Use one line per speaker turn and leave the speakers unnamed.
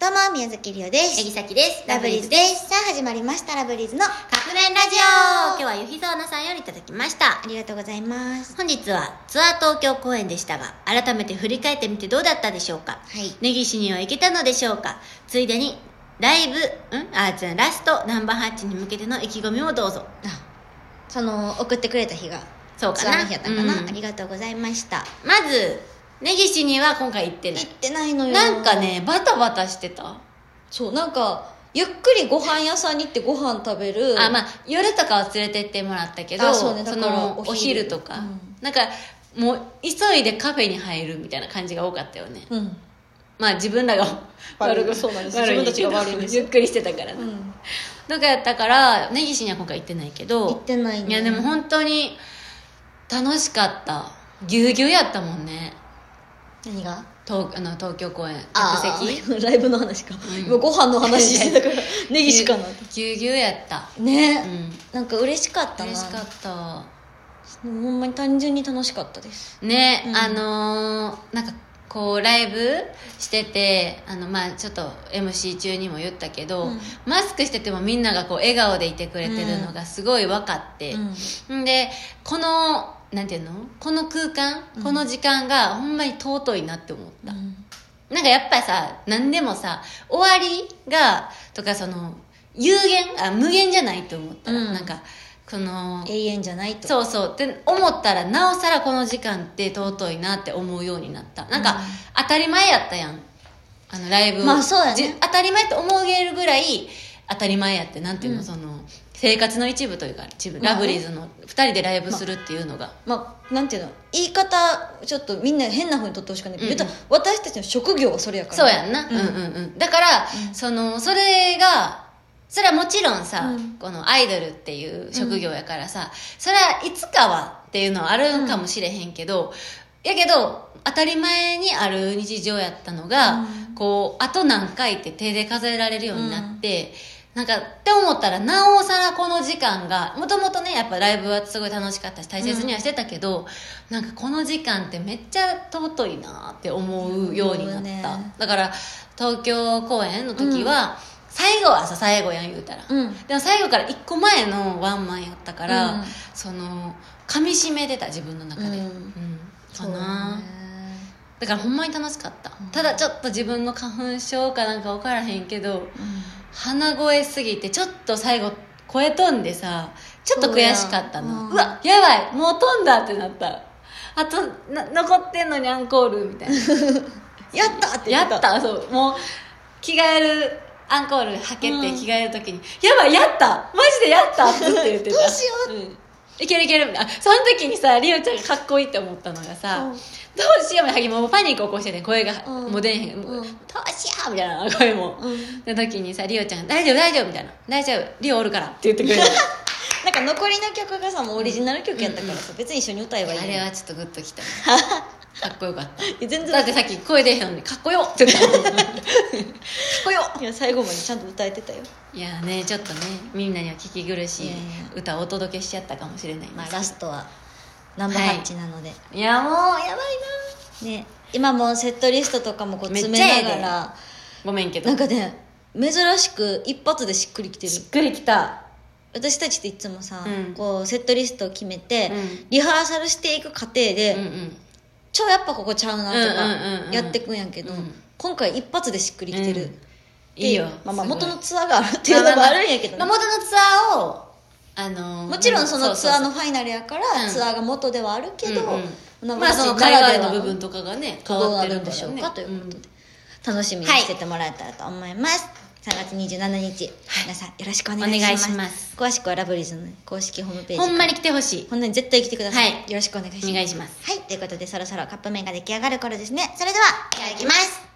どうも、宮崎りおで
えぎ
す。
さきです。。
ラブリーズですす。さあ、始まりました、ラブリーズの。あ
革命ラジオ今日はゆひぞうなさんよりいただきました。
りがとうございます。
本日はツアー東京公演でしたが、改めて振り返ってみてどうだったでしょうか
はい。
根岸には行けたのでしょうかついでに、ライブ、んあ、じゃあラスト、ナンバーハッチに向けての意気込みをどうぞ。
あ、その、送ってくれた日が、
そうか
ツア
な。
ーの日やったのかな、
うん
ありがとうございました。
まず、根岸には今回行ってな
行
い
っ。てないのよ。
なんか。ね、バタバタしてた。
そう、なんか、ゆっくりご飯屋さんに行ってご飯食べる。
あまあ夜とかは連れてってもらったけど
あそうねだから
の
お
お
昼
昼とか、
うん
なんかもう急いでカフェに入るみたいな感じが多かったよね
うん。
まあ自分らが
悪い
く
そうなんです
悪い
自分たちが悪いんです
ゆっくりしてたから
う
な、ん、
ん。
とかやったから根岸には今回行ってないけ
行っ
ど
てないね。
いやでも本当に楽しかったぎゅうぎゅうやったもんね
何が
東あの東京公演客
あ
席
ーライブの話か。
ん
今ご飯の話して たから、ネギしかな。
ぎゅうぎゅうやった
ね、
うん
なんか嬉しかったな。
嬉しかった
もうほんまに単純に楽しかったです。
ね、
うん
あのーなんかこうライブしててあのまあちょっと MC 中にも言ったけど、
うん
マスクしててもみんながこう笑顔でいてくれてるのがすごい分かって、
うん
ん、でこのなんていうのこの空間、
うん
この時間がほんまに尊いなって思った、なんかやっぱりさ何でもさ終わりがとかその有限あ無限じゃないと思ったら、
うん
なんかこの
永遠じゃないと。
そうそうって思ったらなおさらこの時間って尊いなって思うようになったなんか、
うん
当たり前やったやんあのライブを
まあそうやね
じ当たり前って思えるぐらい当たり前やってなんていうの、
うん
その生活の一部というか一部
まあね
ラブリーズの2人でライブするっていうのが、
まあ、なんていうの言い方ちょっとみんな変なふうに取ってほしくないけど、
うんうん
言ったら私たちの職業はそれやから
そうやんな、
う
うんん、うんうんだから、
うん
そのそれがそれはもちろんさ、
うん
このアイドルっていう職業やからさ、それはいつかはっていうのはあるんかもしれへんけど、やけど当たり前にある日常やったのが、
うん
こうあと何回って手で数えられるようになって、なんかって思ったらなおさらこの時間がもともとねやっぱライブはすごい楽しかったし大切にはしてたけど、なんかこの時間ってめっちゃ尊いなって思うようになった、
思うね
だから東京公演の時は、最後はさ最後やん言うたら、
うん
でも最後から1個前のワンマンやったから、
うん
その噛み締めてた自分の中で、
う
うんん
そ
か
う
な、
ね
だからほんまに楽しかった、
うん
ただちょっと自分の花粉症かなんか分からへんけど
うん
鼻声すぎてちょっと最後声飛んでさちょっと悔しかったのう,、
そうやうん
わやばいもう飛んだってなったあとな残ってんのにアンコールみたいな
やったって言
や
って
ったそうもう着替えるアンコールはけて着替える時に「やばいやったマジでや った!」って言ってた
どうしよ
う、ん、いけるいけるあその時にさりおちゃんがかっこいいって思ったのがさ、
うん
どうしようみたもうパニック起こしてて声が、
うん
もう出えへん、
うん
もうどうしようみたいな声も、
うん
の時にさりおちゃんが「大丈夫大丈夫」みたいな「大丈夫りおおるから」って言ってくれる
なんか残りの曲がさもうオリジナル曲やったからさ、別に一緒に歌えばいい
あ
のに
れはちょっとグッとき たかっこよかった
いや全然
だってさっき声出へんのに「かっこよ」って言ってた
こよいや最後までちゃんと歌えてたよ、
いやーねちょっとねみんなには聞き苦し
い
い
やい
歌をお届けしちゃったかもしれないんです
まあ、ラストはナンバーハッチなので、
いやもうやばいな
ね今もうセットリストとかもこう詰めながら
ごめんけど
なんかね珍しく一発でしっくりきてる
しっくりきた
私たちっていつもさ、
うん
こうセットリストを決めて、
うん
リハーサルしていく過程で、
うんうん
ちょやっぱここちゃうなと
うんうんうんう
か
ん
やってくんやけど、
うん
今回一発でしっくりきてる、
うんいいよ
まあ、まあ
すごい
元のツアーがあるっていうのもあるんやけどね、
まあまあまあ元のツアーをあのー
もちろんそのツアーの
そう
ファイナルやから
うん
ツアーが元ではあるけ
そう
ど、
そううんうん
なんか
まあ
私
その
な
海
らで
外
は
の部分とかがね変
どう
わっ
な
てる
るん
ん
で
だ
し
ろ
ょ
う
う
ね
かということで
ん、
楽しみにしててもらえたらと思います、3月27日、皆さんよろしくお願いします
お願いします
詳しくはラブリーズの公式ホームページ
ほんまに来てほしい
ほんなに絶対来てください、
はい
よろしくお願いします
お願いします
はいということでそろそろカップ麺が出来上がる頃ですねそれではいただきます